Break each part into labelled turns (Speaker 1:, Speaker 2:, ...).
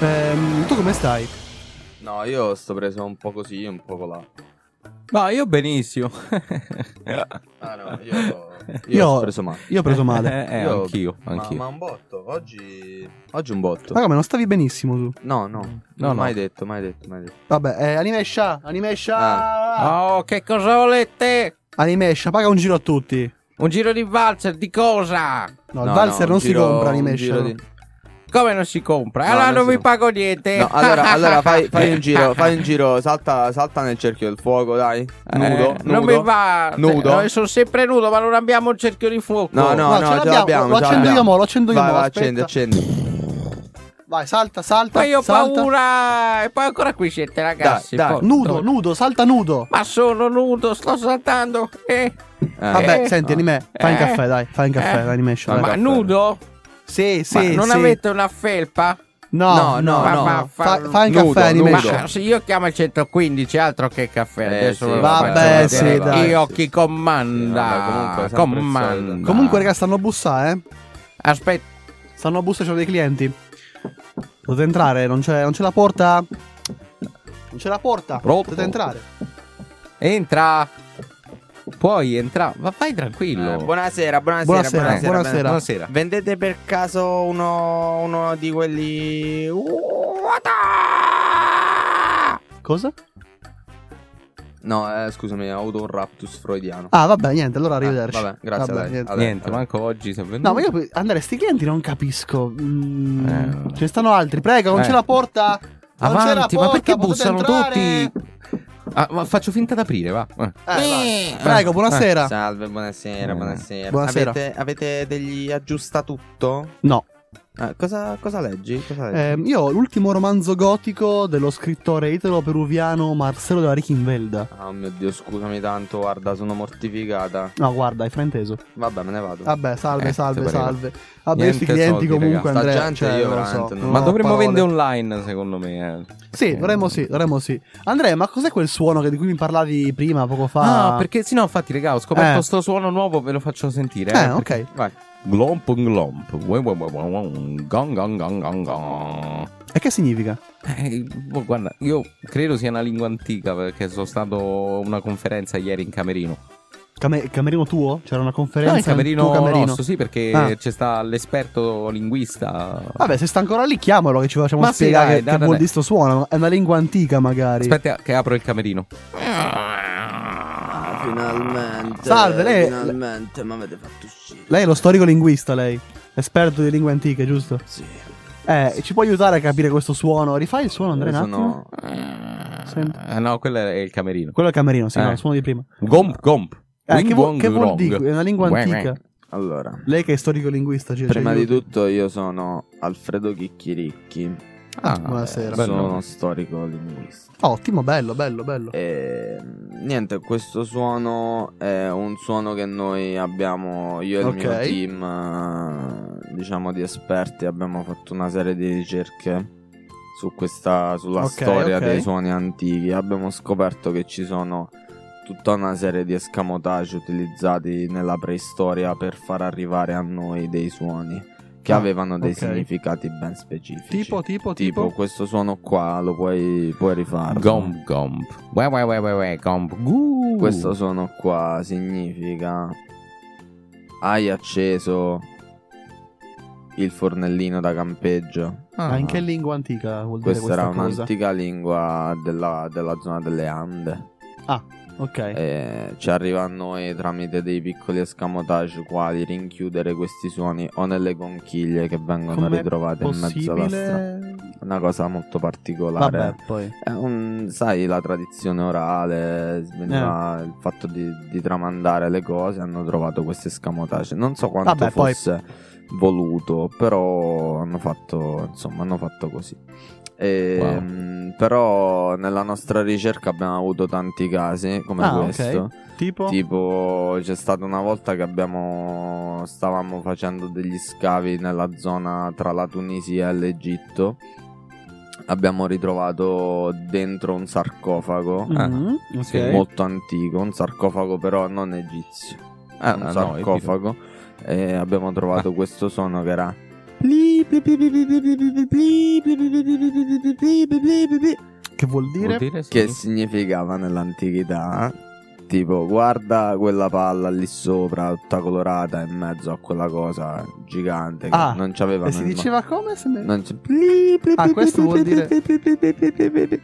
Speaker 1: Ehm, tu come stai?
Speaker 2: No, io sto preso un po' così, un po' là.
Speaker 3: Ma io benissimo.
Speaker 2: Ah no, io, io,
Speaker 1: Io-
Speaker 2: ho preso male.
Speaker 1: Io ho preso male.
Speaker 3: Eh, eh,
Speaker 2: Io-
Speaker 3: anch'io,
Speaker 2: ma-
Speaker 3: anch'io.
Speaker 2: Ma, un botto, oggi... Oggi un botto.
Speaker 1: Ma come, non stavi benissimo tu?
Speaker 2: No, no,
Speaker 3: No,
Speaker 2: mai
Speaker 3: no.
Speaker 2: detto, mai detto, mai detto.
Speaker 1: Vabbè, eh, Animesha, Animesha!
Speaker 2: Ah.
Speaker 3: Oh, che cosa volete?
Speaker 1: Animesha, paga un giro a tutti.
Speaker 3: Un giro di valzer di cosa?
Speaker 1: No, il
Speaker 2: No,
Speaker 1: valzer
Speaker 2: no,
Speaker 1: non
Speaker 2: un
Speaker 1: si
Speaker 2: giro-
Speaker 1: compra,
Speaker 2: un
Speaker 1: Animesha.
Speaker 2: giro
Speaker 1: no.
Speaker 2: di-
Speaker 3: Come non si compra?
Speaker 2: No,
Speaker 3: allora
Speaker 2: non
Speaker 3: non
Speaker 2: si
Speaker 3: vi
Speaker 2: compra.
Speaker 3: pago niente.
Speaker 2: No, allora, allora fai, fai un giro, fai un giro, salta, salta nel cerchio del fuoco, dai.
Speaker 3: Eh,
Speaker 2: Nudo,
Speaker 3: Non
Speaker 2: nudo.
Speaker 3: mi va.
Speaker 2: Nudo.
Speaker 3: No, sono sempre nudo, ma non abbiamo un cerchio di fuoco.
Speaker 2: No, no,
Speaker 1: No,
Speaker 2: no,
Speaker 1: ce
Speaker 2: ce
Speaker 1: l'abbiamo,
Speaker 2: l'abbiamo.
Speaker 1: lo
Speaker 2: ce
Speaker 1: accendo io
Speaker 2: l'abbiamo.
Speaker 1: mo, lo accendo io
Speaker 2: Vai,
Speaker 1: mo,
Speaker 2: vai, accendi,
Speaker 1: aspetta.
Speaker 2: accendi.
Speaker 1: Vai, salta, salta.
Speaker 3: Ma io ho
Speaker 1: salta.
Speaker 3: paura. E poi ancora qui siete, ragazzi.
Speaker 2: Dai, dai.
Speaker 3: porco.
Speaker 1: Nudo, nudo, salta nudo.
Speaker 3: Ma sono nudo, sto saltando. Eh.
Speaker 2: Eh.
Speaker 1: Vabbè,
Speaker 3: Eh,
Speaker 1: senti,
Speaker 2: no.
Speaker 1: anime, fai un
Speaker 3: Eh.
Speaker 1: caffè, dai, fai un caffè,
Speaker 3: Eh.
Speaker 1: dai, Animesha. dai.
Speaker 2: Ma-
Speaker 3: Ma
Speaker 2: caffè.
Speaker 3: nudo?
Speaker 1: Sì, sì,
Speaker 3: Ma non
Speaker 1: sì.
Speaker 3: avete una felpa?
Speaker 1: No,
Speaker 2: No,
Speaker 1: no,
Speaker 3: no,
Speaker 1: no.
Speaker 3: no.
Speaker 1: Fa- fai un
Speaker 2: Nudo,
Speaker 1: caffè,
Speaker 2: nudo.
Speaker 1: Animesha.
Speaker 3: Ma se io chiamo il 115, altro che caffè.
Speaker 2: Eh,
Speaker 3: Adesso
Speaker 2: sì,
Speaker 3: ve lo
Speaker 1: vabbè,
Speaker 3: faccio
Speaker 1: sì,
Speaker 3: vedere.
Speaker 1: dai.
Speaker 3: Io
Speaker 2: Sì, sì.
Speaker 3: chi
Speaker 2: Sì, vabbè,
Speaker 3: comanda?
Speaker 2: comunque, sempre il
Speaker 3: comanda.
Speaker 2: solito.
Speaker 1: Comunque, raga, stanno a bussare, eh.
Speaker 3: Aspetta,
Speaker 1: Stanno a bussare, c'ho dei clienti. Potete entrare, non c'è, non c'è la porta. Non c'è la porta.
Speaker 3: Pronto?
Speaker 1: Potete entrare.
Speaker 3: entra. Puoi entrare. Ma vai tranquillo.
Speaker 2: Eh, buonasera, buonasera,
Speaker 1: Buonasera,
Speaker 2: buonasera,
Speaker 1: buonasera.
Speaker 3: Buonasera.
Speaker 2: Vendete per caso uno, uno di quelli...
Speaker 1: Cosa?
Speaker 2: No, eh, scusami, ho avuto un raptus freudiano.
Speaker 1: Ah, vabbè, niente, allora arrivederci.
Speaker 2: Eh, vabbè, grazie, dai.
Speaker 1: niente.
Speaker 2: Vabbè,
Speaker 3: Niente,
Speaker 2: vabbè.
Speaker 3: manco oggi si è venduto.
Speaker 1: No, ma io pe- Andrea, sti clienti non capisco. Mm,
Speaker 3: Eh,
Speaker 1: ce ne stanno altri. Prego, non
Speaker 3: Eh.
Speaker 1: c'è la porta. Non c'è la
Speaker 3: Avanti,
Speaker 1: porta,
Speaker 3: ma perché
Speaker 1: potete
Speaker 3: bussano
Speaker 1: entrare?
Speaker 3: tutti? Ah, ma faccio finta ad aprire, va. Eh.
Speaker 1: Eh, vai. Prego, buonasera.
Speaker 2: Salve,
Speaker 4: Eh,
Speaker 2: buonasera, buonasera.
Speaker 1: Buonasera.
Speaker 2: Avete, avete degli aggiusta tutto?
Speaker 1: No,
Speaker 2: Eh, cosa, cosa leggi? Cosa leggi?
Speaker 1: ehm, io ho l'ultimo romanzo gotico dello scrittore italo-peruviano Marcello della Richinvelda.
Speaker 2: Ah, mio Dio, scusami tanto, guarda, sono mortificata.
Speaker 1: No, guarda, hai frainteso.
Speaker 2: Vabbè, me ne vado.
Speaker 1: Vabbè, salve,
Speaker 3: Eh,
Speaker 1: salve,
Speaker 3: ti prego.
Speaker 1: salve. Vabbè, questi
Speaker 3: Niente
Speaker 1: clienti
Speaker 3: soldi,
Speaker 1: comunque,
Speaker 2: raga. Sta
Speaker 1: Andrea,
Speaker 2: gente
Speaker 1: cioè,
Speaker 2: io
Speaker 1: non lo so,
Speaker 2: veramente non-
Speaker 1: non
Speaker 3: Ma
Speaker 1: ho
Speaker 3: dovremmo
Speaker 1: parole.
Speaker 3: vendere online, secondo me. eh.
Speaker 1: Sì,
Speaker 3: Eh.
Speaker 1: dovremmo sì, dovremmo sì. Andrea, ma cos'è quel suono che- di cui mi parlavi prima, poco fa?
Speaker 3: Ah, perché sì, no, infatti, raga, ho scoperto
Speaker 1: Eh.
Speaker 3: sto suono nuovo, ve lo faccio sentire.
Speaker 1: Eh,
Speaker 3: perché-
Speaker 1: ok.
Speaker 2: Vai.
Speaker 3: Glomp glomp. Ue, ue, ue, ue, ue. Gong gong gong gong gong.
Speaker 1: E che significa?
Speaker 3: Eh, boh, guarda, io credo sia una lingua antica perché sono stato a una conferenza ieri in Camerino.
Speaker 1: Came- camerino tuo? C'era una conferenza?
Speaker 3: No, in Camerino,
Speaker 1: tuo camerino?
Speaker 3: nostro, sì, perché
Speaker 1: Ah.
Speaker 3: c'è sta l'esperto linguista.
Speaker 1: Vabbè, se sta ancora lì, chiamalo che ci facciamo
Speaker 3: Ma sì,
Speaker 1: spiegare
Speaker 3: dai,
Speaker 1: che,
Speaker 3: dai,
Speaker 1: che
Speaker 3: dai.
Speaker 1: vuol dire sto suono. È una lingua antica, magari.
Speaker 3: Aspetta che apro il Camerino.
Speaker 4: Finalmente.
Speaker 1: Salve, lei-
Speaker 4: Finalmente mi avete fatto uscire.
Speaker 1: Lei è lo storico linguista, lei. Esperto di lingue antiche, giusto?
Speaker 4: Sì.
Speaker 1: Eh, ci può aiutare a capire questo suono? Rifai il suono, Andrea,
Speaker 2: Io
Speaker 1: un attimo?
Speaker 2: sono...
Speaker 1: Senti.
Speaker 3: Ah, no, quello è il Camerino.
Speaker 1: Quello è il camerino, sì,
Speaker 3: Eh.
Speaker 1: no, il suono di prima.
Speaker 3: Gomp gomp.
Speaker 1: Eh,
Speaker 3: Wing
Speaker 1: che, vuol-
Speaker 3: wong
Speaker 1: che vuol
Speaker 3: wrong.
Speaker 1: dire? È una lingua
Speaker 3: Ue, ue.
Speaker 1: antica.
Speaker 2: Allora,
Speaker 1: Lei che è storico linguista, ci
Speaker 2: prima
Speaker 1: ci
Speaker 2: di
Speaker 1: aiuta.
Speaker 2: tutto io sono Alfredo Chicchiricchi.
Speaker 3: Ah,
Speaker 1: Buonasera.
Speaker 3: bello.
Speaker 2: Sono storico linguista.
Speaker 1: Ah, Ottimo, bello, bello, bello.
Speaker 2: Eh, E Ehm, niente, questo suono è un suono che noi abbiamo, io e
Speaker 1: Ok.
Speaker 2: il mio team, eh, diciamo di esperti, abbiamo fatto una serie di ricerche su questa, sulla
Speaker 1: Ok,
Speaker 2: storia
Speaker 1: ok.
Speaker 2: dei suoni antichi. Abbiamo scoperto che ci sono tutta una serie di escamotage utilizzati nella preistoria per far arrivare a noi dei suoni che
Speaker 1: Ah,
Speaker 2: avevano dei
Speaker 1: ok.
Speaker 2: significati ben specifici.
Speaker 1: Tipo, tipo, tipo.
Speaker 2: Tipo, questo suono qua lo puoi, puoi rifarlo.
Speaker 3: Gomp gomp. Ue, ue, ue, ue, ue, gomp. Guu.
Speaker 2: Questo suono qua significa hai acceso il fornellino da campeggio.
Speaker 1: Ma in che Ah, lingua antica vuol dire
Speaker 2: Ah. Questa
Speaker 1: questa
Speaker 2: era
Speaker 1: cosa?
Speaker 2: un'antica lingua della, della zona delle Ande.
Speaker 1: Ah, Ok.
Speaker 2: Eh, ci arriva a noi tramite dei piccoli escamotage quali rinchiudere questi suoni o nelle conchiglie che vengono
Speaker 1: Com'è
Speaker 2: ritrovate in mezzo alla strada.
Speaker 1: possibile?
Speaker 2: Una cosa molto particolare.
Speaker 1: Vabbè, poi.
Speaker 2: È un- sai, la tradizione orale,
Speaker 1: Eh.
Speaker 2: veniva il fatto di, di tramandare le cose, hanno trovato questi escamotage. Non so quanto
Speaker 1: Vabbè, poi-
Speaker 2: fosse voluto, però hanno fatto, insomma, hanno fatto così. E,
Speaker 3: Wow.
Speaker 2: mh, però nella nostra ricerca abbiamo avuto tanti casi come
Speaker 1: Ah, ok.
Speaker 2: questo.
Speaker 1: Tipo?
Speaker 2: Tipo, c'è stata una volta che abbiamo. Stavamo facendo degli scavi nella zona tra la Tunisia e l'Egitto. Abbiamo ritrovato dentro un sarcofago
Speaker 1: Mhm, ok.
Speaker 3: sì,
Speaker 2: eh, molto antico, un sarcofago però non egizio. È
Speaker 3: Ah,
Speaker 2: un
Speaker 3: no,
Speaker 2: sarcofago. e abbiamo trovato questo suono che era.
Speaker 1: Che vuol dire?
Speaker 3: Vuol dire sì.
Speaker 2: Che significava nell'antichità tipo guarda quella palla lì sopra tutta colorata in mezzo a quella cosa gigante che
Speaker 1: Ah,
Speaker 2: non c'aveva
Speaker 1: E si
Speaker 2: nel-
Speaker 1: diceva come? Se ne-
Speaker 2: non c'è-
Speaker 1: Ah, questo vuol dire-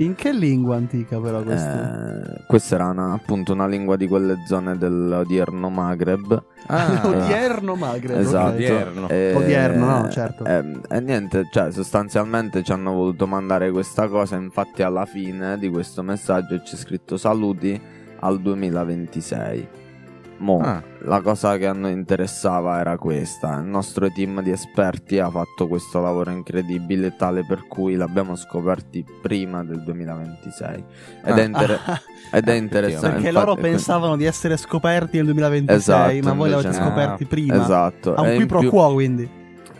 Speaker 1: In che lingua antica però questo?
Speaker 2: Eh, questa era una- appunto una lingua di quelle zone dell'odierno Maghreb
Speaker 3: Ah,
Speaker 1: Odierno Ah, magre.
Speaker 2: esatto
Speaker 3: Odierno.
Speaker 2: Eh,
Speaker 1: Odierno, no, certo.
Speaker 2: ehm, e niente cioè sostanzialmente ci hanno voluto mandare questa cosa infatti alla fine di questo messaggio c'è scritto saluti al 2026 Mo,
Speaker 3: Ah.
Speaker 2: la cosa che a noi interessava era questa il nostro team di esperti ha fatto questo lavoro incredibile tale per cui l'abbiamo scoperti prima del 2026 ed
Speaker 3: Ah.
Speaker 2: è, inter- ed è interessante
Speaker 1: Perché loro
Speaker 2: infatti-
Speaker 1: pensavano di essere scoperti nel 2026,
Speaker 2: Esatto,
Speaker 1: ma voi li avete
Speaker 2: invece
Speaker 3: no.
Speaker 1: scoperti prima.
Speaker 2: esatto
Speaker 1: Ha
Speaker 2: e
Speaker 1: un qui
Speaker 2: in
Speaker 1: pro
Speaker 2: più-
Speaker 1: quo, quindi.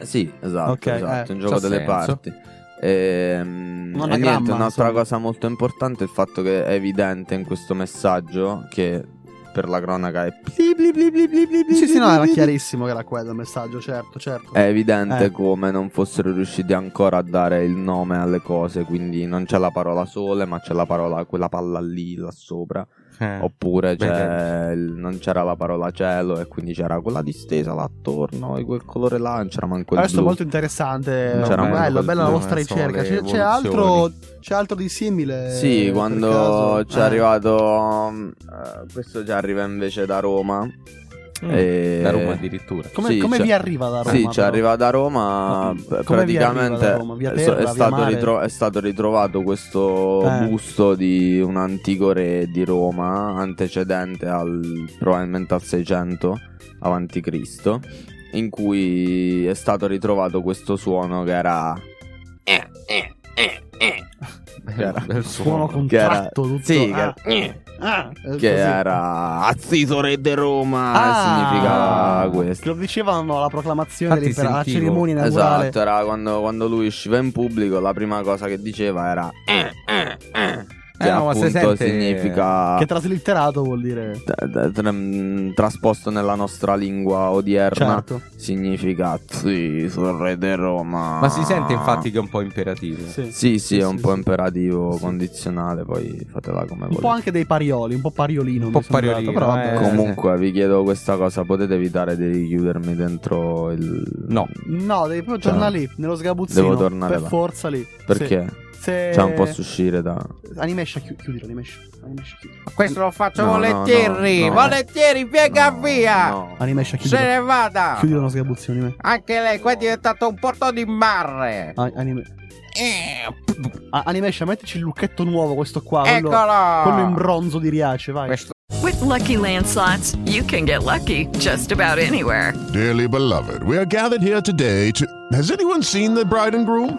Speaker 2: sì, esatto,
Speaker 1: Ok,
Speaker 2: esatto,
Speaker 1: eh,
Speaker 2: un gioco
Speaker 3: c'ha
Speaker 2: delle
Speaker 3: senso.
Speaker 2: parti. Ehm,
Speaker 1: Un
Speaker 2: e niente,
Speaker 1: anagramma,
Speaker 2: un'altra
Speaker 1: insomma.
Speaker 2: cosa molto importante è il fatto che è evidente in questo messaggio che per la cronaca è
Speaker 1: Sì, sì, no, era chiarissimo che era quello il messaggio, certo, certo.
Speaker 2: è evidente
Speaker 1: Eh.
Speaker 2: come non fossero riusciti ancora a dare il nome alle cose, quindi non c'è la parola sole, ma c'è la parola quella palla lì là sopra,
Speaker 3: Eh.
Speaker 1: Ah.
Speaker 2: oppure
Speaker 3: Beh,
Speaker 2: c'è
Speaker 1: certo.
Speaker 2: il- non c'era la parola cielo e quindi c'era quella distesa là attorno e quel colore là, non c'era manco il
Speaker 1: Questo è
Speaker 2: blu.
Speaker 1: molto interessante.
Speaker 2: No, bello,
Speaker 1: bello,
Speaker 3: quel
Speaker 1: bella la
Speaker 3: blu,
Speaker 1: vostra
Speaker 3: non so,
Speaker 2: eh,
Speaker 3: le
Speaker 1: ricerca. C'è, c'è altro,
Speaker 3: evoluzioni.
Speaker 1: c'è altro di simile?
Speaker 2: Sì,
Speaker 1: per
Speaker 2: quando
Speaker 1: Eh, caso?
Speaker 2: ci è
Speaker 1: Eh.
Speaker 2: arrivato. mm, eh, questo ci arriva invece da Roma. E-
Speaker 3: Da Roma addirittura.
Speaker 1: Eh, Come,
Speaker 2: Sì,
Speaker 1: come
Speaker 2: c'è-
Speaker 1: vi arriva Mm. da Roma?
Speaker 2: sì, ci
Speaker 1: però?
Speaker 2: arriva da Roma.
Speaker 1: Ma-
Speaker 2: p-
Speaker 1: come vi
Speaker 2: praticamente
Speaker 1: arriva da Roma? Via
Speaker 2: è,
Speaker 1: terra,
Speaker 2: è
Speaker 1: via
Speaker 2: stato
Speaker 1: mare?
Speaker 2: ritro- è stato ritrovato questo
Speaker 1: Eh.
Speaker 2: busto di un antico re di Roma, antecedente al, probabilmente al 600 avanti Cristo, in cui è stato ritrovato questo suono che era. eh,
Speaker 3: Era
Speaker 5: Cioè,
Speaker 3: bel
Speaker 1: Suono
Speaker 3: suono.
Speaker 2: che era-
Speaker 1: contratto tutto.
Speaker 2: sì, che-
Speaker 1: ah, ah, eh, così.
Speaker 2: Che era Azziso re de Roma
Speaker 1: Ah,
Speaker 2: Significava questo
Speaker 1: Che lo dicevano alla proclamazione
Speaker 3: Infatti
Speaker 1: di- per la
Speaker 3: sentivo.
Speaker 1: cerimonia inaugurale.
Speaker 2: Esatto, era quando, quando lui usciva in pubblico la prima cosa che diceva era eh, eh, eh", Che
Speaker 3: Eh, no, ma
Speaker 2: appunto
Speaker 3: se sente-
Speaker 2: significa
Speaker 1: Che traslitterato vuol dire.
Speaker 2: t- t- tra- mh, Trasposto nella nostra lingua odierna
Speaker 1: Certo.
Speaker 2: Significa Sì, sono re de Roma
Speaker 3: Ma si sente infatti che è un po' imperativo.
Speaker 1: Sì.
Speaker 2: Sì, sì, è un
Speaker 1: sì,
Speaker 2: po'
Speaker 1: sì.
Speaker 2: imperativo,
Speaker 1: Sì.
Speaker 2: condizionale Poi fatela come
Speaker 1: Un po'
Speaker 2: volete
Speaker 1: anche dei parioli, un po' pariolino.
Speaker 3: Un po'
Speaker 1: mi è sembrato,
Speaker 3: pariolino,
Speaker 1: però vabbè.
Speaker 3: eh.
Speaker 2: Comunque vi chiedo questa cosa Potete evitare di chiudermi dentro il...
Speaker 3: No.
Speaker 1: No, devi proprio tornare
Speaker 2: Cioè,
Speaker 1: lì, nello sgabuzzino.
Speaker 2: devo tornare
Speaker 1: per
Speaker 2: là.
Speaker 1: forza lì.
Speaker 2: Perché?
Speaker 1: Sì. Eh. Se...
Speaker 2: Cioè un po' su uscire da...
Speaker 1: Animesha, chi- chiudilo, Animesha. Animesha, chiudilo.
Speaker 5: Questo lo faccio
Speaker 2: No, no,
Speaker 5: volentieri.
Speaker 2: no, no.
Speaker 5: Volentieri, piega
Speaker 2: No,
Speaker 5: via.
Speaker 2: no.
Speaker 1: Animesha,
Speaker 5: Se
Speaker 1: chiudilo.
Speaker 5: ne vada.
Speaker 1: Chiudilo lo sgabuzzino, anime.
Speaker 5: Anche lei qua è diventato un porto di mare.
Speaker 1: A- anime. A- Animesha, mettici il lucchetto nuovo, questo qua. quello-
Speaker 5: Eccolo.
Speaker 1: Quello in bronzo di Riace, vai.
Speaker 5: Questo-
Speaker 6: With Lucky Land slots, you can get lucky just about anywhere.
Speaker 7: Dearly beloved, we are gathered here today to. Has anyone seen the bride and groom?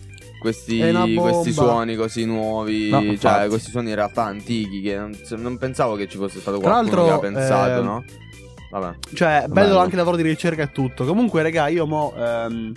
Speaker 2: questi,
Speaker 1: È una bomba.
Speaker 2: questi suoni così nuovi
Speaker 3: No,
Speaker 2: Cioè
Speaker 3: infatti.
Speaker 2: questi suoni in realtà antichi Che non, se- non pensavo che ci fosse stato
Speaker 1: Tra
Speaker 2: qualcuno che ha
Speaker 1: l'altro,
Speaker 2: pensato
Speaker 1: ehm,
Speaker 2: no? Vabbè
Speaker 1: Cioè, bello,
Speaker 2: Bello.
Speaker 1: anche il lavoro di ricerca e tutto. Comunque, raga, io mo. ehm,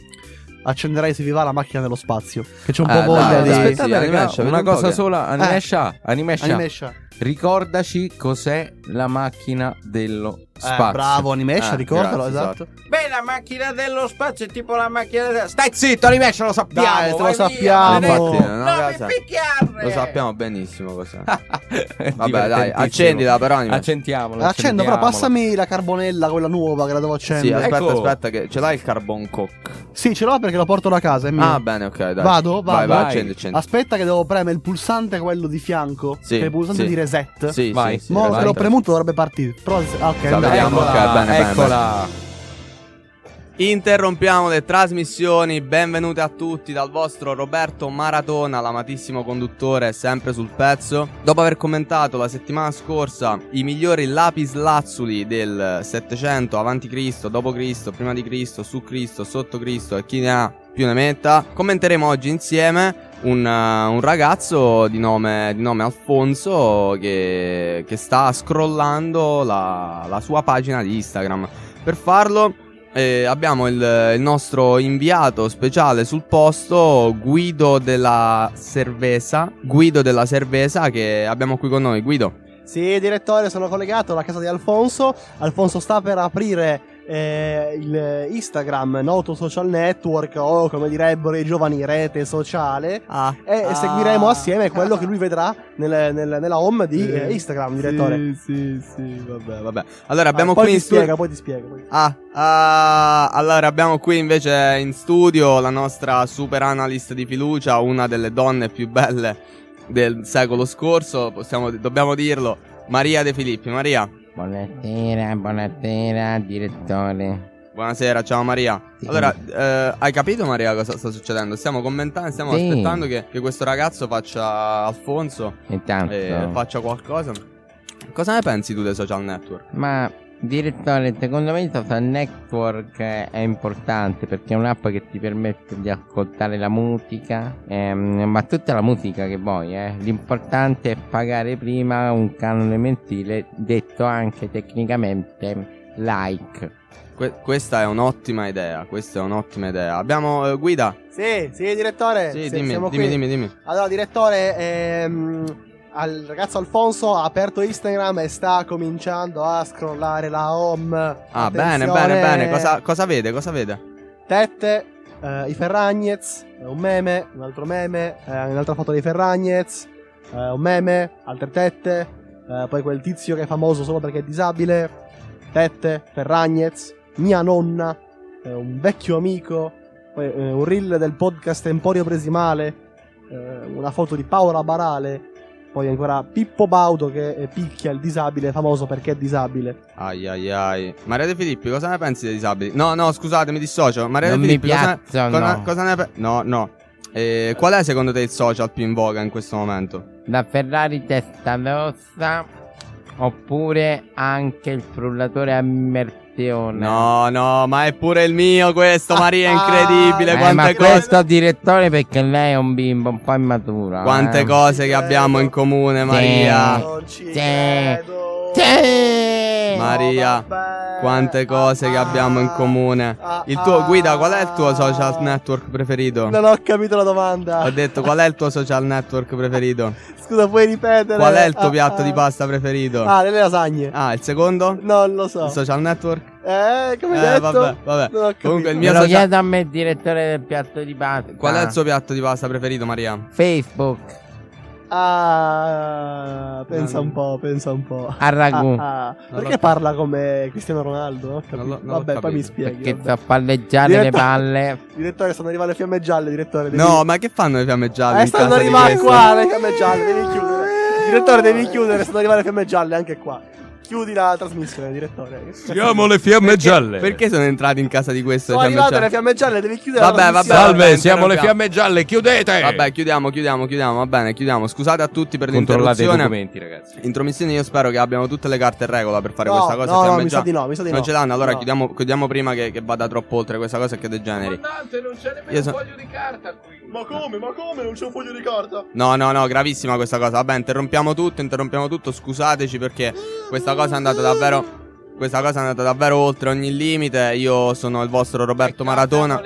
Speaker 1: accenderei se vi va la macchina dello spazio. Che c'è un po'
Speaker 2: Eh,
Speaker 1: voglia
Speaker 2: dai,
Speaker 1: di.
Speaker 2: dai,
Speaker 3: aspetta,
Speaker 2: sì,
Speaker 3: raga,
Speaker 2: Animesha, vedi
Speaker 3: una
Speaker 2: un po'
Speaker 3: cosa
Speaker 2: che-
Speaker 3: sola, Animesha, Animesha,
Speaker 1: Animesha.
Speaker 3: ricordaci cos'è La macchina dello spazio.
Speaker 1: Eh, bravo Animation,
Speaker 3: Eh,
Speaker 1: ricordalo,
Speaker 3: grazie,
Speaker 1: esatto.
Speaker 5: Beh, la macchina dello spazio è tipo la macchina dello... Stai zitto, Animation, lo sappiamo.
Speaker 1: Dai, te lo
Speaker 5: vai via.
Speaker 1: sappiamo.
Speaker 2: Infatti,
Speaker 1: Bravo.
Speaker 2: no,
Speaker 5: Non
Speaker 2: raga,
Speaker 5: mi
Speaker 2: sa-
Speaker 5: picchiare.
Speaker 2: lo sappiamo benissimo cos'è.
Speaker 1: Ah,
Speaker 3: esatto.
Speaker 2: Vabbè, dai,
Speaker 3: Divertentissimo.
Speaker 2: accendila però, Animation.
Speaker 3: Accentiamola.
Speaker 1: Accendo, però
Speaker 3: accentiamola.
Speaker 1: passami la carbonella, quella nuova che la devo
Speaker 2: Sì,
Speaker 1: accendere.
Speaker 2: aspetta,
Speaker 3: Ecco.
Speaker 2: aspetta, che ce l'hai il carbon cock.
Speaker 1: Sì, ce l'ho perché lo porto da casa. È mio.
Speaker 2: Ah, bene, ok, dai.
Speaker 1: Mm. Vado, vado.
Speaker 2: Vai, vai, accendi, accendi.
Speaker 1: Aspetta, che devo premere il pulsante quello di fianco.
Speaker 2: Sì,
Speaker 1: che è il pulsante
Speaker 2: sì.
Speaker 1: di reset.
Speaker 2: Sì,
Speaker 3: Vai.
Speaker 2: sì, sì,
Speaker 1: Mo, se
Speaker 2: vai.
Speaker 1: l'ho premuto dovrebbe partire. Però, ah, ok,
Speaker 2: Salve,
Speaker 1: dai.
Speaker 2: Vediamo,
Speaker 3: Eccola,
Speaker 2: ok, bene, bene,
Speaker 3: eccola.
Speaker 2: Interrompiamo le trasmissioni, benvenuti a tutti dal vostro Roberto Maratona, l'amatissimo conduttore sempre sul pezzo. Dopo aver commentato la settimana scorsa i migliori lapislazzuli del 700 avanti Cristo, dopo Cristo, prima di Cristo, su Cristo, sotto Cristo e chi ne ha più ne metta, commenteremo oggi insieme un, eh, un ragazzo di nome, di nome Alfonso che, che sta scrollando la, la sua pagina di Instagram. Per farlo eh, abbiamo il, il nostro inviato speciale sul posto, Guido della Cervesa. Guido della Cervesa che abbiamo qui con noi. Guido,
Speaker 1: Sì, direttore, sono collegato alla casa di Alfonso. Alfonso sta per aprire eh, il Instagram, noto social network o come direbbero i giovani rete sociale. E
Speaker 2: Ah.
Speaker 1: seguiremo assieme quello che lui vedrà nel- nel- nella home di eh, Instagram, direttore.
Speaker 2: Sì, sì, sì, vabbè, vabbè. Allora abbiamo
Speaker 1: Ah, poi
Speaker 2: qui
Speaker 1: ti
Speaker 2: in studio...
Speaker 1: spiega, poi ti spiego. poi ti-
Speaker 2: Ah, ah, allora abbiamo qui invece in studio la nostra super analyst di fiducia, una delle donne più belle del secolo scorso, possiamo- dobbiamo dirlo, Maria De Filippi. Maria,
Speaker 8: Buonasera, buonasera, direttore.
Speaker 2: buonasera, ciao Maria.
Speaker 8: Sì.
Speaker 2: Allora, eh, hai capito Maria cosa sta succedendo? Stiamo commentando, stiamo
Speaker 8: Sì.
Speaker 2: aspettando che, che questo ragazzo faccia Alfonso,
Speaker 8: Intanto,
Speaker 2: eh, faccia qualcosa. Cosa ne pensi tu dei social network?
Speaker 8: ma direttore, secondo me il social network è importante perché è un'app che ti permette di ascoltare la musica, ehm, ma tutta la musica che vuoi. eh. L'importante è pagare prima un canone mensile, detto anche tecnicamente like.
Speaker 2: Que- questa è un'ottima idea, questa è un'ottima idea. Abbiamo eh, Guida.
Speaker 1: Sì, sì, direttore.
Speaker 2: Sì,
Speaker 1: Sì,
Speaker 2: dimmi,
Speaker 1: Eh, siamo
Speaker 2: dimmi,
Speaker 1: qui.
Speaker 2: dimmi, dimmi.
Speaker 1: Allora, direttore, ehm, al ragazzo Alfonso ha aperto Instagram e sta cominciando a scrollare la home.
Speaker 2: Ah, bene, bene, bene. Cosa, Ah, cosa vede? Cosa vede?
Speaker 1: Tette, eh, i Ferragnez, eh, un meme, un altro meme, eh, un'altra foto dei Ferragnez, eh, un meme, altre tette, eh, poi quel tizio che è famoso solo perché è disabile, tette, Ferragnez, mia nonna, eh, un vecchio amico, poi, eh, un reel del podcast Emporio Presimale, eh, una foto di Paola Barale, poi ancora Pippo Baudo che eh, picchia il disabile, famoso perché è disabile.
Speaker 2: Ai ai ai. Maria De Filippi, cosa ne pensi dei disabili? No, no, scusate, mi dissocio. Maria
Speaker 8: Non
Speaker 2: De
Speaker 8: mi
Speaker 2: Filippi, cosa,
Speaker 8: piacciono.
Speaker 2: cosa- cosa ne pensi? No, no. Eh, qual è secondo te il social più in voga in questo momento?
Speaker 8: La Ferrari testa rossa oppure anche il frullatore a immersione.
Speaker 2: No, no, ma è pure il mio questo,
Speaker 1: Ah,
Speaker 2: Maria, è incredibile.
Speaker 8: Eh,
Speaker 2: quante
Speaker 8: ma
Speaker 2: cose.
Speaker 8: questo direttore perché lei è un bimbo un po' immaturo.
Speaker 2: Quante
Speaker 8: eh.
Speaker 2: cose che abbiamo in comune,
Speaker 8: Sì.
Speaker 2: Maria.
Speaker 8: Sì. Sì.
Speaker 2: Maria, quante cose che abbiamo in comune. Il tuo guida, qual è il tuo social network preferito?
Speaker 1: Non ho capito la domanda.
Speaker 2: Ho detto qual è il tuo social network preferito?
Speaker 1: Scusa, puoi ripetere?
Speaker 2: Qual è il tuo
Speaker 1: Ah,
Speaker 2: piatto
Speaker 1: ah.
Speaker 2: di pasta preferito?
Speaker 1: Ah, le lasagne.
Speaker 2: Ah, il secondo?
Speaker 1: Non lo so.
Speaker 2: Il social network?
Speaker 1: Eh, come hai
Speaker 2: Eh,
Speaker 1: detto?
Speaker 2: vabbè, vabbè.
Speaker 1: Non ho capito.
Speaker 2: Comunque il
Speaker 8: Me
Speaker 2: mio
Speaker 8: lo
Speaker 2: social...
Speaker 8: chiedo Ah. a me il direttore del piatto di pasta.
Speaker 2: Qual è il suo piatto di pasta preferito, Maria?
Speaker 8: Facebook?
Speaker 1: Ah, pensa
Speaker 2: No,
Speaker 1: un po', pensa un po'.
Speaker 8: Al ragù.
Speaker 1: Ah, ah.
Speaker 2: Non
Speaker 1: Perché
Speaker 2: l'ho-
Speaker 1: parla come Cristiano Ronaldo? Non ho capito.
Speaker 2: Non l'ho- non l'ho
Speaker 1: vabbè, poi
Speaker 2: capito.
Speaker 1: mi spieghi.
Speaker 8: Perché
Speaker 1: vabbè.
Speaker 8: sta a palleggiare le
Speaker 1: Direttore-
Speaker 8: palle.
Speaker 1: Direttore, stanno arrivando le fiamme gialle, direttore. devi-
Speaker 2: No, ma che fanno le fiamme gialle?
Speaker 1: Eh,
Speaker 2: Ah, in
Speaker 1: stanno
Speaker 2: casa di
Speaker 1: arrivando
Speaker 2: questo?
Speaker 1: qua le fiamme gialle, devi chiudere. Direttore, devi chiudere, stanno arrivando le fiamme gialle anche qua. Chiudi la trasmissione, direttore.
Speaker 9: Siamo le fiamme gialle.
Speaker 2: Perché sono entrati in casa di questo?
Speaker 1: Sono
Speaker 2: le fiamme
Speaker 1: arrivate
Speaker 2: gialle?
Speaker 1: le fiamme gialle, devi chiudere
Speaker 2: Vabbè,
Speaker 1: la
Speaker 2: vabbè.
Speaker 1: trasmissione.
Speaker 9: Salve,
Speaker 2: vabbè,
Speaker 9: siamo le
Speaker 2: interrompiamo.
Speaker 9: fiamme gialle, chiudete!
Speaker 2: Vabbè, chiudiamo, chiudiamo, chiudiamo. Va bene, chiudiamo. Scusate a tutti per
Speaker 3: Controllate i
Speaker 2: l'interruzione.
Speaker 3: documenti, ragazzi.
Speaker 2: Intromissione, io spero che abbiano tutte le carte in regola per fare
Speaker 1: No,
Speaker 2: questa cosa.
Speaker 1: no,
Speaker 2: siamo
Speaker 1: no, mi
Speaker 2: già-
Speaker 1: sa di no, mi sa di
Speaker 2: non
Speaker 1: no.
Speaker 2: ce l'hanno, allora
Speaker 1: No.
Speaker 2: chiudiamo, chiudiamo prima che, che vada troppo oltre questa cosa e che degeneri.
Speaker 9: non c'è nemmeno
Speaker 2: Io so-
Speaker 9: foglio di carta qui.
Speaker 1: Ma come, ma come? Non c'è un foglio di carta.
Speaker 2: No, no, no, gravissima questa cosa. Vabbè, interrompiamo tutto, interrompiamo tutto. Scusateci perché questa cosa è andata davvero. Questa cosa è andata davvero oltre ogni limite. Io sono il vostro Roberto Maratona.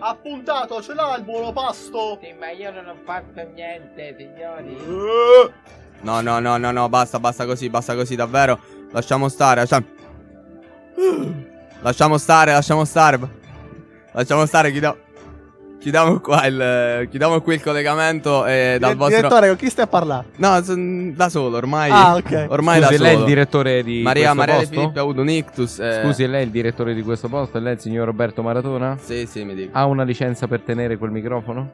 Speaker 1: Ha puntato, ce l'ha il buono pasto.
Speaker 8: ma io non ho fatto niente, signori.
Speaker 2: No, no, no, no, no, basta, basta così, basta così, davvero. Lasciamo stare, lasciamo. Lasciamo stare, lasciamo stare. Lasciamo stare, chiudiamo. Chiudiamo qua il. Chiudiamo qui il collegamento e dal
Speaker 1: Dire- Eh,
Speaker 2: vostro.
Speaker 1: Direttore, con chi stai a parlare?
Speaker 2: No, son- da solo, ormai.
Speaker 1: Ah, ok.
Speaker 2: Ormai
Speaker 3: Scusi,
Speaker 2: da
Speaker 3: è
Speaker 2: solo.
Speaker 3: lei il direttore di
Speaker 2: Maria,
Speaker 3: questo
Speaker 2: Maria
Speaker 3: posto?
Speaker 2: De Filippi ha avuto un ictus. eh.
Speaker 3: Scusi, è lei il direttore di questo posto? È lei il signor Roberto Maratona?
Speaker 2: Sì, sì, mi dica.
Speaker 3: Ha una licenza per tenere quel microfono?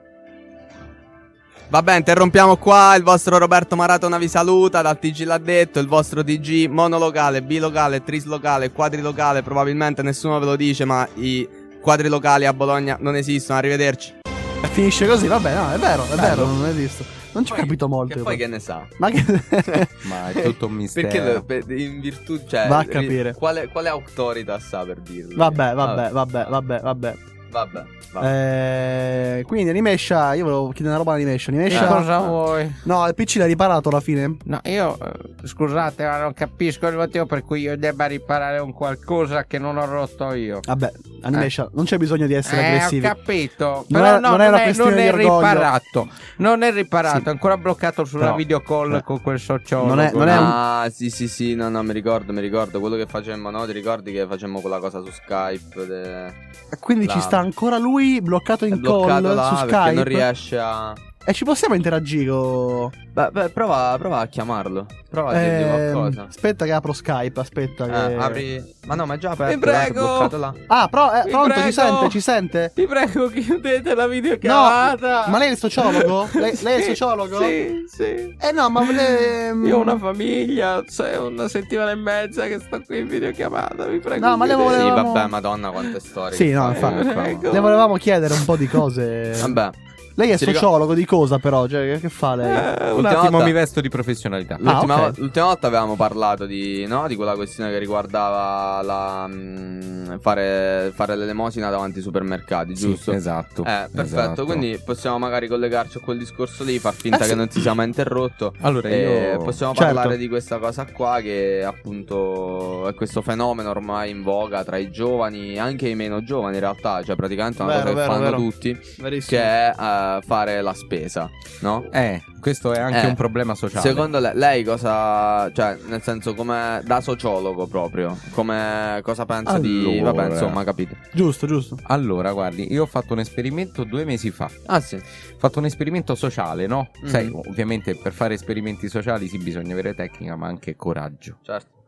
Speaker 2: Vabbè, interrompiamo qua. Il vostro Roberto Maratona vi saluta. Dal TG l'ha detto. Il vostro TG monolocale, bilocale, trislocale, quadrilocale. Probabilmente nessuno ve lo dice, ma i quadrilocali a Bologna non esistono. Arrivederci.
Speaker 1: E Eh, Finisce così, vabbè, no, è vero, è
Speaker 2: Bello.
Speaker 1: vero, non l'hai visto. Non ci ho capito molto.
Speaker 2: Che
Speaker 1: io
Speaker 2: poi
Speaker 1: però.
Speaker 2: che ne sa?
Speaker 1: Ma che...
Speaker 3: Ma è tutto un mistero.
Speaker 2: Perché lo- per- in virtù, cioè,
Speaker 1: Va a
Speaker 2: ri-
Speaker 1: capire.
Speaker 2: Quale, quale autoritas ha per dirlo?
Speaker 1: Vabbè, vabbè, vabbè, vabbè, vabbè.
Speaker 2: Vabbè, vabbè.
Speaker 1: Eh, quindi Animesha, io volevo chiedere una roba all'Animesha. Animesha,
Speaker 8: Che
Speaker 2: Eh.
Speaker 8: cosa vuoi?
Speaker 1: No, il PC l'ha riparato alla fine.
Speaker 8: No, io eh, scusate, ma non capisco il motivo per cui io debba riparare un qualcosa che non ho rotto io.
Speaker 1: Vabbè, Animesha, non c'è bisogno di Ah, essere
Speaker 8: Eh, ho
Speaker 1: aggressivi.
Speaker 8: capito,
Speaker 1: Non
Speaker 8: però
Speaker 1: è-
Speaker 8: no,
Speaker 1: non
Speaker 8: non
Speaker 1: è
Speaker 8: è,
Speaker 1: una questione
Speaker 8: non
Speaker 1: di
Speaker 8: è
Speaker 1: orgoglio.
Speaker 8: riparato. Non è riparato,
Speaker 1: Sì.
Speaker 8: è ancora bloccato sulla
Speaker 1: Però-
Speaker 8: video call
Speaker 1: eh.
Speaker 8: con quel sociologo.
Speaker 2: Ah, sì, sì, sì, no, no, mi ricordo, mi ricordo. Quello che facemmo, no? Ti ricordi che facemmo quella cosa su Skype? de-
Speaker 1: Quindi
Speaker 2: là.
Speaker 1: ci sta ancora lui bloccato
Speaker 2: È
Speaker 1: in
Speaker 2: bloccato
Speaker 1: call
Speaker 2: là
Speaker 1: su
Speaker 2: perché
Speaker 1: Skype.
Speaker 2: non riesce a...
Speaker 1: E ci possiamo interagire con...
Speaker 2: Beh, beh, prova, prova a chiamarlo. Prova a dirgli
Speaker 1: Ehm,
Speaker 2: qualcosa.
Speaker 1: aspetta che apro Skype, aspetta che...
Speaker 2: Eh, apri... Ma no, ma è già aperto.
Speaker 8: Vi
Speaker 2: là, c'è
Speaker 8: prego!
Speaker 2: bloccato là.
Speaker 1: Ah, pro- eh,
Speaker 8: Vi
Speaker 1: pronto,
Speaker 8: prego!
Speaker 1: ci sente, ci sente?
Speaker 8: Ti prego, chiudete la
Speaker 1: No,
Speaker 8: videochiamata.
Speaker 1: ma lei è il sociologo? Lei, lei è il
Speaker 8: Sì,
Speaker 1: sociologo?
Speaker 8: Sì, sì.
Speaker 1: Eh no, ma... Le... ehm,
Speaker 8: Io ho una famiglia, c'è una settimana e mezza che sto qui in videochiamata, vi prego.
Speaker 1: No, ma le
Speaker 8: chiudete.
Speaker 2: Sì,
Speaker 1: volevamo-
Speaker 2: vabbè, madonna, quante storie.
Speaker 1: Sì, no,
Speaker 2: Eh,
Speaker 1: infatti.
Speaker 2: prego.
Speaker 3: ecco.
Speaker 1: Le volevamo chiedere un po' di cose.
Speaker 2: Vabbè.
Speaker 1: Lei è
Speaker 2: Si Eh, ricor-
Speaker 1: sociologo di cosa però? Cioè, che- che fa lei?
Speaker 3: un
Speaker 2: L'ultima
Speaker 3: attimo
Speaker 2: volta-
Speaker 3: mi Ah, vesto di professionalità.
Speaker 2: L'ultima,
Speaker 1: ok.
Speaker 2: l'ultima volta avevamo parlato di, no, di quella questione che riguardava la, mm, fare, fare l'elemosina davanti ai supermercati,
Speaker 3: Sì,
Speaker 2: giusto?
Speaker 3: esatto.
Speaker 2: Eh, perfetto,
Speaker 3: esatto.
Speaker 2: quindi possiamo magari collegarci a quel discorso lì, far finta
Speaker 3: Eh, sì.
Speaker 2: che non ci siamo interrotto.
Speaker 3: Allora,
Speaker 2: E
Speaker 3: io-
Speaker 2: possiamo
Speaker 3: Certo.
Speaker 2: parlare di questa cosa qua che appunto è questo fenomeno ormai in voga tra i giovani, anche i meno giovani in realtà, cioè praticamente è una
Speaker 1: Vero,
Speaker 2: cosa
Speaker 1: vero,
Speaker 2: che fanno
Speaker 1: vero.
Speaker 2: tutti,
Speaker 1: Verissimo.
Speaker 2: che è eh, fare la spesa, no?
Speaker 3: Eh, questo è anche
Speaker 2: Eh,
Speaker 3: un problema sociale.
Speaker 2: Secondo lei, lei cosa, cioè, nel senso, come da sociologo proprio, come cosa pensa di.
Speaker 3: Allora.
Speaker 2: Vabbè, insomma, capite.
Speaker 1: Giusto, giusto.
Speaker 3: Allora, guardi, io ho fatto un esperimento due mesi fa. Ho
Speaker 2: Ah, sì.
Speaker 3: fatto un esperimento sociale, no?
Speaker 2: Mhm.
Speaker 3: Sai, ovviamente per fare esperimenti sociali sì bisogna avere tecnica, ma anche coraggio.
Speaker 2: Certo.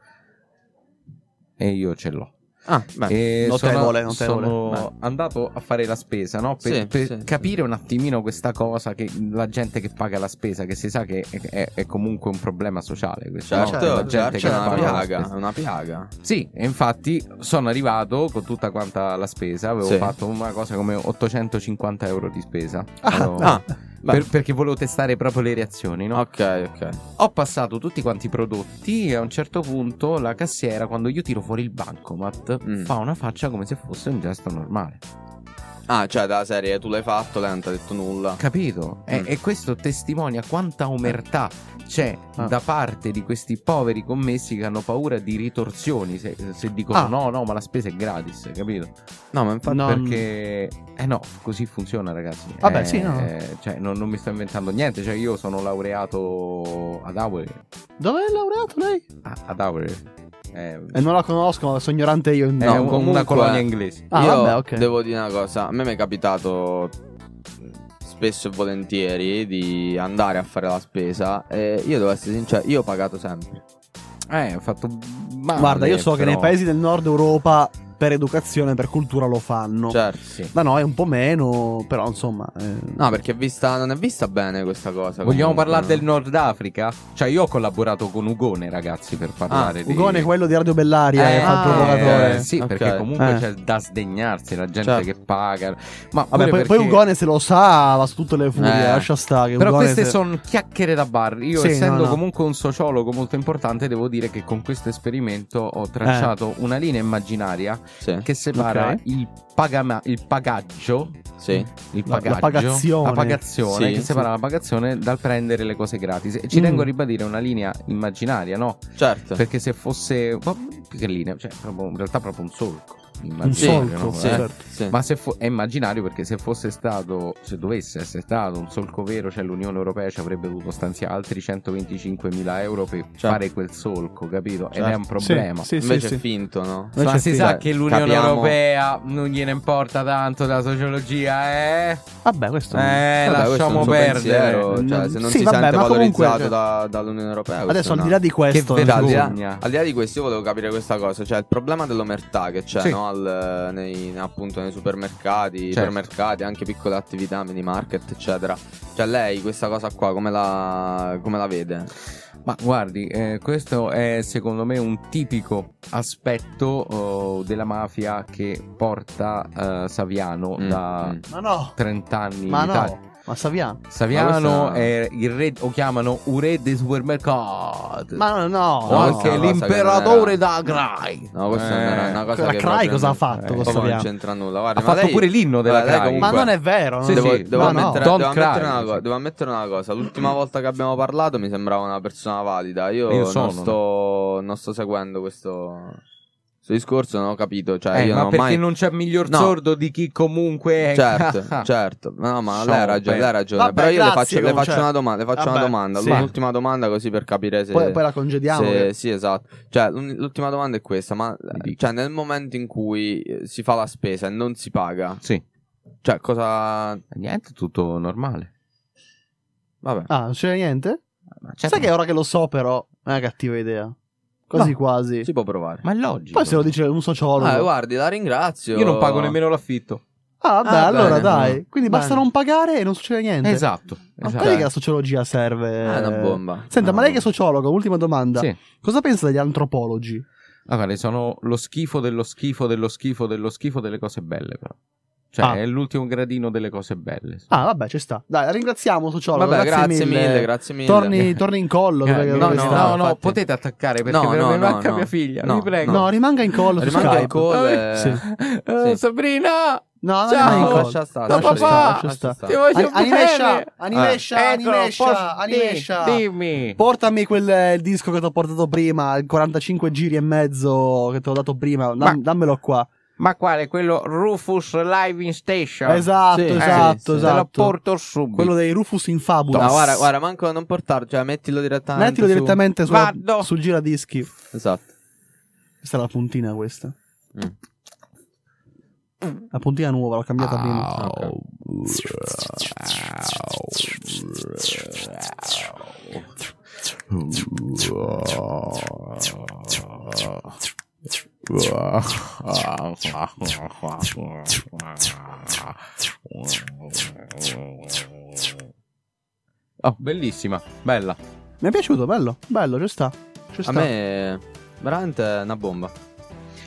Speaker 3: E io ce l'ho.
Speaker 2: Ah, beh,
Speaker 3: E
Speaker 1: notevole,
Speaker 3: sono,
Speaker 1: notevole.
Speaker 3: sono andato a fare la spesa, no? Per,
Speaker 2: Sì,
Speaker 3: per
Speaker 2: sì, sì.
Speaker 3: capire un attimino questa cosa che la gente che paga la spesa, che si sa che è, è- è comunque un problema sociale. Questo, no?
Speaker 2: certo,
Speaker 3: La
Speaker 2: certo,
Speaker 3: gente
Speaker 2: è
Speaker 3: che
Speaker 2: una
Speaker 3: paga la
Speaker 2: piaga. È
Speaker 3: spesa.
Speaker 2: una piaga.
Speaker 3: Sì, e infatti sono arrivato con tutta quanta la spesa, avevo
Speaker 2: Sì.
Speaker 3: fatto una cosa come 850 euro di spesa. Avevo-
Speaker 2: ah,
Speaker 3: per-
Speaker 2: beh.
Speaker 3: perché volevo testare proprio le reazioni, no?
Speaker 2: Ok, ok.
Speaker 3: Ho passato tutti quanti i prodotti e a un certo punto la cassiera, quando io tiro fuori il bancomat,
Speaker 2: Mm.
Speaker 3: fa una faccia come se fosse un gesto normale.
Speaker 2: Ah, cioè, dalla serie, tu l'hai fatto, lei non ti ha detto
Speaker 1: Ah.
Speaker 2: nulla.
Speaker 3: Capito? E,
Speaker 2: Mm.
Speaker 3: e questo testimonia quanta omertà c'è
Speaker 1: Ah.
Speaker 3: da parte di questi poveri commessi che hanno paura di ritorsioni se, se dicono
Speaker 1: Ah.
Speaker 3: no, no, ma la spesa è gratis, capito?
Speaker 2: No, ma infatti.
Speaker 1: No.
Speaker 3: Perché, eh no, così funziona, ragazzi.
Speaker 1: Vabbè,
Speaker 3: Eh,
Speaker 1: Ah, sì, no.
Speaker 3: eh, cioè, non, non mi sto inventando niente. Cioè, io sono laureato ad Auer.
Speaker 1: Dove è laureato lei?
Speaker 3: a- Ad Auer. Eh,
Speaker 1: Eh, non la conosco, ma sono ignorante io.
Speaker 3: è
Speaker 1: No,
Speaker 2: no,
Speaker 3: un-
Speaker 2: comunque-
Speaker 3: una colonia inglese.
Speaker 1: Ah,
Speaker 2: Io
Speaker 1: vabbè, ok.
Speaker 2: devo dire una cosa, a me mi è capitato spesso e volentieri di andare a fare la spesa e io devo essere sincero, io ho pagato sempre.
Speaker 3: Eh, ho fatto male,
Speaker 1: Ah, Guarda, io so che nei
Speaker 3: però-
Speaker 1: paesi del nord Europa per educazione, per cultura lo fanno.
Speaker 3: Cioè.
Speaker 2: Certo.
Speaker 3: Sì.
Speaker 1: Da noi un po' meno, però insomma... eh,
Speaker 2: No, perché è vista, non è vista bene questa cosa.
Speaker 3: Vogliamo
Speaker 2: comunque,
Speaker 3: parlare
Speaker 2: no?
Speaker 3: del Nord Africa? Cioè, io ho collaborato con Ugone, ragazzi, per parlare di...
Speaker 1: Ah, Ugone è quello di Radio Bellaria
Speaker 3: Eh,
Speaker 1: che fa il
Speaker 3: ah,
Speaker 1: provocatore.
Speaker 3: eh, sì,
Speaker 2: Ok.
Speaker 3: perché comunque
Speaker 1: Eh.
Speaker 3: c'è da sdegnarsi la gente
Speaker 2: Certo.
Speaker 3: che paga. Ma
Speaker 1: Vabbè,
Speaker 3: pure
Speaker 1: poi,
Speaker 3: perché-
Speaker 1: poi Ugone se lo sa, va su tutte le furie,
Speaker 2: Eh.
Speaker 1: lascia stare. che
Speaker 3: Però
Speaker 1: Ugone
Speaker 3: queste
Speaker 1: se-
Speaker 3: sono chiacchiere da bar. Io,
Speaker 1: Sì,
Speaker 3: essendo
Speaker 1: no, no.
Speaker 3: comunque un sociologo molto importante, devo dire che con questo esperimento ho tracciato una linea immaginaria
Speaker 2: Sì.
Speaker 3: che
Speaker 1: Eh.
Speaker 3: separa
Speaker 1: Ok.
Speaker 3: il, pagama- il pagaggio.
Speaker 2: Sì.
Speaker 3: Il
Speaker 1: Mm. La- la
Speaker 3: pagaggio,
Speaker 1: pagazione.
Speaker 3: la pagazione,
Speaker 2: Sì,
Speaker 3: che
Speaker 2: sì.
Speaker 3: separa la pagazione dal prendere le cose gratis. E ci
Speaker 1: Mm.
Speaker 3: tengo a ribadire una linea immaginaria, no?
Speaker 2: Certo.
Speaker 3: Perché se fosse. ma più che linea, cioè, proprio- in realtà, proprio un solco.
Speaker 1: Un
Speaker 3: immaginario,
Speaker 1: solco,
Speaker 3: no?
Speaker 1: sì,
Speaker 3: Eh?
Speaker 1: certo.
Speaker 2: Sì, Sì.
Speaker 3: Ma se fo- è immaginario perché se fosse stato, se dovesse essere stato un solco vero, cioè l'Unione Europea ci avrebbe dovuto stanziare altri 125.000 euro per
Speaker 1: Certo.
Speaker 3: fare quel solco, capito? Ed è un problema.
Speaker 2: Invece è finto, no?
Speaker 1: Eh,
Speaker 3: Ma si sa che l'Unione
Speaker 2: Capiamo-
Speaker 3: Europea non gliene importa tanto della sociologia, eh?
Speaker 1: Vabbè, questo
Speaker 2: Vabbè, questo
Speaker 3: Eh,
Speaker 2: è un
Speaker 3: lasciamo
Speaker 2: suo
Speaker 3: perdere. Mm.
Speaker 2: pensiero, cioè, se non
Speaker 1: Sì,
Speaker 2: si
Speaker 1: vabbè,
Speaker 2: sente
Speaker 1: ma comunque- cioè-
Speaker 2: valorizzato da- dall'Unione Europea.
Speaker 1: Adesso,
Speaker 2: questo
Speaker 1: al di
Speaker 2: no.
Speaker 1: là di questo,
Speaker 2: Cioè, al, di là,
Speaker 3: eh.
Speaker 1: vergogna.
Speaker 2: al di là di questo, io volevo capire questa cosa. Cioè, il problema dell'omertà che c'è
Speaker 1: Sì.
Speaker 2: no, al- nei, appunto nei supermercati,
Speaker 3: Certo.
Speaker 2: ipermercati, anche piccole attività, mini market, eccetera. Cioè, lei questa cosa qua come la, come la vede?
Speaker 3: Ma guardi, eh, questo è secondo me un tipico aspetto oh, della mafia che porta eh, Saviano da
Speaker 1: Ma no.
Speaker 3: 30 anni
Speaker 1: Ma
Speaker 3: in Italia.
Speaker 1: no, ma Saviano.
Speaker 3: Saviano
Speaker 1: Ma questa-
Speaker 3: è il re, o chiamano un re dei supermercati.
Speaker 1: Ma no, no,
Speaker 3: O
Speaker 1: no.
Speaker 3: anche
Speaker 1: Questa
Speaker 3: l'imperatore da Grai.
Speaker 2: No, questa non era una cosa
Speaker 1: Eh, la
Speaker 2: che
Speaker 1: Crai
Speaker 2: proprio
Speaker 1: cosa ha
Speaker 2: non- Eh,
Speaker 1: fatto con
Speaker 2: proprio non
Speaker 1: Saviano?
Speaker 2: c'entra nulla. Guarda,
Speaker 3: Ha
Speaker 2: ma
Speaker 3: fatto
Speaker 2: lei-
Speaker 3: pure l'inno della
Speaker 2: guarda, lei
Speaker 3: Crai.
Speaker 2: comunque-
Speaker 1: Ma non è vero, non
Speaker 2: Sì,
Speaker 1: è
Speaker 2: devo,
Speaker 1: vero.
Speaker 2: devo
Speaker 1: No, no.
Speaker 2: ammettere,
Speaker 1: Don't
Speaker 2: devo ammettere
Speaker 1: cry,
Speaker 2: una cosa,
Speaker 1: sì.
Speaker 2: devo ammettere una cosa. L'ultima volta che abbiamo parlato mi sembrava una persona valida. Io,
Speaker 3: Io sono.
Speaker 2: non, sto, non sto seguendo questo, questo discorso, non ho capito. Cioè,
Speaker 3: Eh,
Speaker 2: io
Speaker 3: ma
Speaker 2: non ho
Speaker 3: perché
Speaker 2: mai...
Speaker 3: non c'è miglior
Speaker 2: No.
Speaker 3: sordo di chi comunque è
Speaker 2: Certo, certo, no, ma
Speaker 3: Sono
Speaker 2: lei ha ragione,
Speaker 3: bello.
Speaker 2: lei ha ragione.
Speaker 3: Vabbè,
Speaker 2: Però io le
Speaker 3: grazie,
Speaker 2: faccio, le
Speaker 3: comunque,
Speaker 2: faccio
Speaker 3: cioè-
Speaker 2: una domanda, le faccio una
Speaker 3: Vabbè,
Speaker 2: domanda.
Speaker 3: sì.
Speaker 2: L'ultima domanda così per capire se.
Speaker 1: Poi- poi la congediamo, eh.
Speaker 2: se-
Speaker 1: che-
Speaker 2: Sì, esatto. Cioè, l'un- l'ultima domanda è questa: ma cioè, nel momento in cui eh, si fa la spesa e non si paga,
Speaker 3: Sì. Eh,
Speaker 2: cioè, cosa.
Speaker 3: Niente, tutto normale.
Speaker 2: Vabbè.
Speaker 1: Ah, non c'è niente?
Speaker 3: certo.
Speaker 1: Sai che ora che lo so, però, è una cattiva idea. Quasi quasi.
Speaker 2: Si può provare.
Speaker 3: Ma è logico.
Speaker 1: Poi se lo dice un sociologo.
Speaker 2: Ah, guardi, la ringrazio.
Speaker 3: Io non pago nemmeno l'affitto.
Speaker 1: Ah, beh,
Speaker 2: Ah,
Speaker 1: allora
Speaker 2: bene.
Speaker 1: dai. Quindi basta
Speaker 2: Bene.
Speaker 1: non pagare e non succede niente.
Speaker 3: Esatto.
Speaker 1: Ma
Speaker 3: esatto.
Speaker 1: vedi che la sociologia serve.
Speaker 2: Ah, è una bomba.
Speaker 1: Senta,
Speaker 3: Ah,
Speaker 1: ma
Speaker 3: una
Speaker 1: lei che è sociologo, ultima domanda.
Speaker 3: Sì.
Speaker 1: Cosa pensa degli antropologi?
Speaker 3: Ah, guarda, sono lo schifo dello schifo dello schifo dello schifo delle cose belle, però. Cioè,
Speaker 1: Ah.
Speaker 3: è l'ultimo gradino delle cose belle.
Speaker 1: Ah, vabbè, ci sta. Dai, la ringraziamo, sociologo.
Speaker 2: Vabbè, grazie mille, grazie mille. Eh,
Speaker 1: Torni, torni in collo. dove-
Speaker 3: no,
Speaker 1: dove
Speaker 3: no,
Speaker 1: sta.
Speaker 3: no, no, potete attaccare perché
Speaker 2: No,
Speaker 3: per
Speaker 2: no,
Speaker 3: me
Speaker 2: no,
Speaker 3: manca
Speaker 2: no.
Speaker 3: mia figlia.
Speaker 2: No,
Speaker 3: vi prego.
Speaker 1: No, rimanga in collo. su
Speaker 2: Rimanga
Speaker 1: Skype.
Speaker 2: in collo, eh.
Speaker 1: Sì.
Speaker 3: Eh,
Speaker 2: Sì.
Speaker 3: Sabrina!
Speaker 1: No, no,
Speaker 3: Ciao.
Speaker 1: rimanga in collo.
Speaker 2: Ah, Lascia stare,
Speaker 1: Lascia
Speaker 2: lascia
Speaker 1: stare,
Speaker 2: stare,
Speaker 1: lascia
Speaker 2: lascia
Speaker 1: stare.
Speaker 2: stare. Ti
Speaker 3: voglio
Speaker 1: Ani- Animesha,
Speaker 3: bene.
Speaker 1: Animesha,
Speaker 3: Eh. Ecco,
Speaker 1: Animesha,
Speaker 3: posso-
Speaker 1: Animesha.
Speaker 3: Sì, dimmi.
Speaker 1: Portami quel eh, il disco che ti ho portato prima, il 45 giri e mezzo che ti ho dato prima. Dam-
Speaker 3: Ma-
Speaker 1: dammelo qua.
Speaker 3: Ma quale? Quello Rufus Live in Station.
Speaker 1: Esatto,
Speaker 3: Sì, eh,
Speaker 1: esatto,
Speaker 3: sì, sì. Te lo
Speaker 1: esatto.
Speaker 3: porto subito.
Speaker 1: Quello dei Rufus in Fabula.
Speaker 2: No, guarda, guarda, manco non portarlo, cioè, mettilo direttamente.
Speaker 1: Mettilo
Speaker 2: su-
Speaker 1: direttamente sulla-
Speaker 3: Vado.
Speaker 1: sul giradischi.
Speaker 2: Esatto.
Speaker 1: Questa è la puntina questa.
Speaker 2: Mm.
Speaker 1: La puntina nuova, l'ho cambiata
Speaker 3: Ah,
Speaker 1: prima.
Speaker 3: Oh, bellissima, bella.
Speaker 1: Mi è piaciuto, bello, bello, ci sta. Ci
Speaker 2: A
Speaker 1: sta.
Speaker 2: me veramente è una bomba.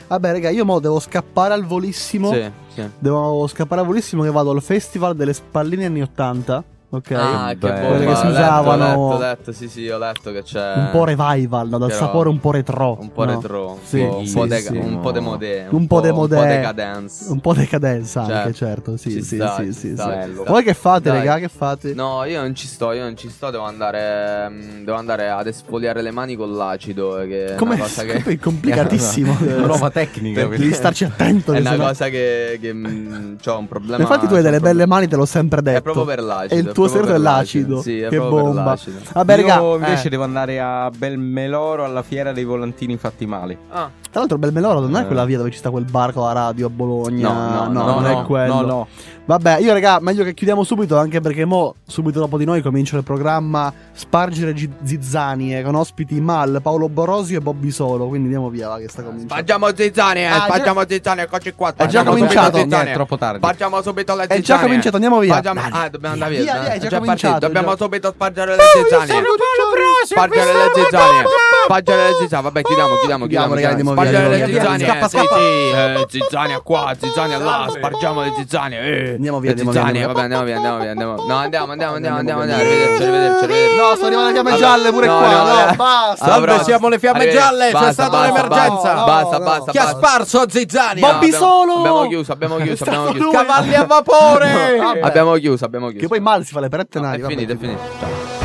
Speaker 1: Vabbè, raga, io mo devo scappare al volissimo.
Speaker 2: Sì, sì.
Speaker 1: Devo scappare al volissimo che vado al festival delle spalline anni 80. Ok.
Speaker 2: Ah, che
Speaker 3: bello.
Speaker 2: bomba.
Speaker 1: Quelle che si
Speaker 2: Ho letto,
Speaker 1: usavano.
Speaker 2: Ho letto, ho letto, sì, sì, ho letto che c'è
Speaker 1: Un po' revival, no? dal
Speaker 2: eh. Però-
Speaker 1: sapore un po' retro.
Speaker 2: Un po'
Speaker 1: no?
Speaker 2: retro, un,
Speaker 1: Sì,
Speaker 2: po', un, po
Speaker 1: sì,
Speaker 2: de-
Speaker 1: sì.
Speaker 2: un po' de modè,
Speaker 1: Un po' de
Speaker 2: un po'
Speaker 1: modè.
Speaker 2: decadence.
Speaker 1: Un po' decadenza
Speaker 2: Certo.
Speaker 1: anche, certo. Sì,
Speaker 2: Ci
Speaker 1: sì,
Speaker 2: sta,
Speaker 1: sì,
Speaker 2: ci
Speaker 1: sì,
Speaker 2: sta,
Speaker 1: sì.
Speaker 2: ci sta.
Speaker 1: Voi che fate,
Speaker 2: Dai.
Speaker 1: raga? Che fate?
Speaker 2: No, io non ci sto, io non ci sto, devo andare, mm, devo andare ad esfoliare le mani con l'acido, eh, che è
Speaker 1: Come
Speaker 2: una cosa che...
Speaker 1: è complicatissimo.
Speaker 3: È una Prova tecnica.
Speaker 1: Devi starci attento.
Speaker 2: È
Speaker 1: che
Speaker 2: una
Speaker 1: sennò-
Speaker 2: cosa che, che mm, c'ho un problema.
Speaker 1: Infatti, tu hai
Speaker 2: c'ho
Speaker 1: delle
Speaker 2: un problema.
Speaker 1: belle mani, te l'ho sempre detto.
Speaker 2: È proprio per l'acido.
Speaker 1: E il tuo
Speaker 2: proprio
Speaker 1: segreto
Speaker 2: per
Speaker 1: è l'acido.
Speaker 2: Sì, è
Speaker 1: che
Speaker 2: proprio per
Speaker 1: bomba.
Speaker 2: l'acido.
Speaker 1: Vabbè, raga.
Speaker 3: Io invece
Speaker 1: eh,
Speaker 3: devo andare a Belmeloro alla fiera dei volantini fatti male.
Speaker 2: Ah,
Speaker 1: Tra l'altro, Belmeloro non è
Speaker 3: Eh.
Speaker 1: quella via dove ci sta quel bar con la radio a Bologna.
Speaker 2: No, no, no,
Speaker 1: non
Speaker 3: no,
Speaker 1: è quello.
Speaker 3: no, no.
Speaker 1: Vabbè, io, raga, meglio che chiudiamo subito. Anche perché, mo, subito dopo di noi, comincia il programma Spargere Gi- Zizzanie con ospiti Mal, Paolo Borosio e Bobby Solo. Quindi andiamo via, va, che sta cominciando.
Speaker 10: Facciamo zizzane, eh,
Speaker 1: Ah, già-
Speaker 10: facciamo zizzane, eccoci qua.
Speaker 1: È già
Speaker 10: facciamo subito
Speaker 1: cominciato.
Speaker 10: zizzane.
Speaker 3: No, è troppo tardi.
Speaker 10: Facciamo subito le
Speaker 1: È
Speaker 10: zizzane.
Speaker 1: già cominciato, andiamo via.
Speaker 10: Facciamo-
Speaker 1: Dai,
Speaker 10: Ah, dobbiamo andare via.
Speaker 1: via, via, è già
Speaker 10: partito.
Speaker 1: cominciato,
Speaker 10: Dobbiamo
Speaker 1: già.
Speaker 10: subito spargere le zizzane. Spargere le zizzane. Spargere le zizzane. Vabbè, chiudiamo, chiudiamo,
Speaker 1: Chiudiamo,
Speaker 10: chiudiamo.
Speaker 1: raga,
Speaker 10: chiudiamo.
Speaker 1: andiamo via,
Speaker 10: Spargere le
Speaker 1: andiamo via.
Speaker 10: zizzane.
Speaker 1: Scappa,
Speaker 10: eh, sì,
Speaker 1: scappa.
Speaker 10: sì, eh, Zizzania qua, zizzania là. Spargiamo le zizzane. eh.
Speaker 1: Andiamo via,
Speaker 2: Le
Speaker 1: andiamo via,
Speaker 2: zizzane,
Speaker 1: andiamo
Speaker 2: vabbè, andiamo via, andiamo via, andiamo. No, andiamo, andiamo, andiamo, andiamo, andiamo. Arrivederci, arrivederci, arrivederci.
Speaker 1: No, sto arrivando le fiamme
Speaker 2: Vabbè,
Speaker 1: gialle pure
Speaker 2: no,
Speaker 1: qua.
Speaker 2: no,
Speaker 1: No,
Speaker 2: no.
Speaker 1: basta.
Speaker 2: Alla prossima.
Speaker 3: siamo le fiamme
Speaker 2: Arrivederci.
Speaker 3: gialle, c'è
Speaker 2: Basta,
Speaker 3: stata
Speaker 2: basta,
Speaker 3: un'emergenza.
Speaker 2: basta, Basta,
Speaker 1: No,
Speaker 2: basta.
Speaker 3: Chi ha
Speaker 2: basta.
Speaker 3: sparso zizzania?
Speaker 1: Bobby
Speaker 2: abbiamo-
Speaker 1: Solo!
Speaker 2: Abbiamo chiuso, abbiamo chiuso,
Speaker 1: stato
Speaker 2: abbiamo chiuso.
Speaker 1: lui. Cavalli a
Speaker 3: vapore!
Speaker 2: No, Abbiamo chiuso, abbiamo chiuso.
Speaker 1: Che poi Mal si fa le perettenali.
Speaker 2: è finito, è finito. Ciao.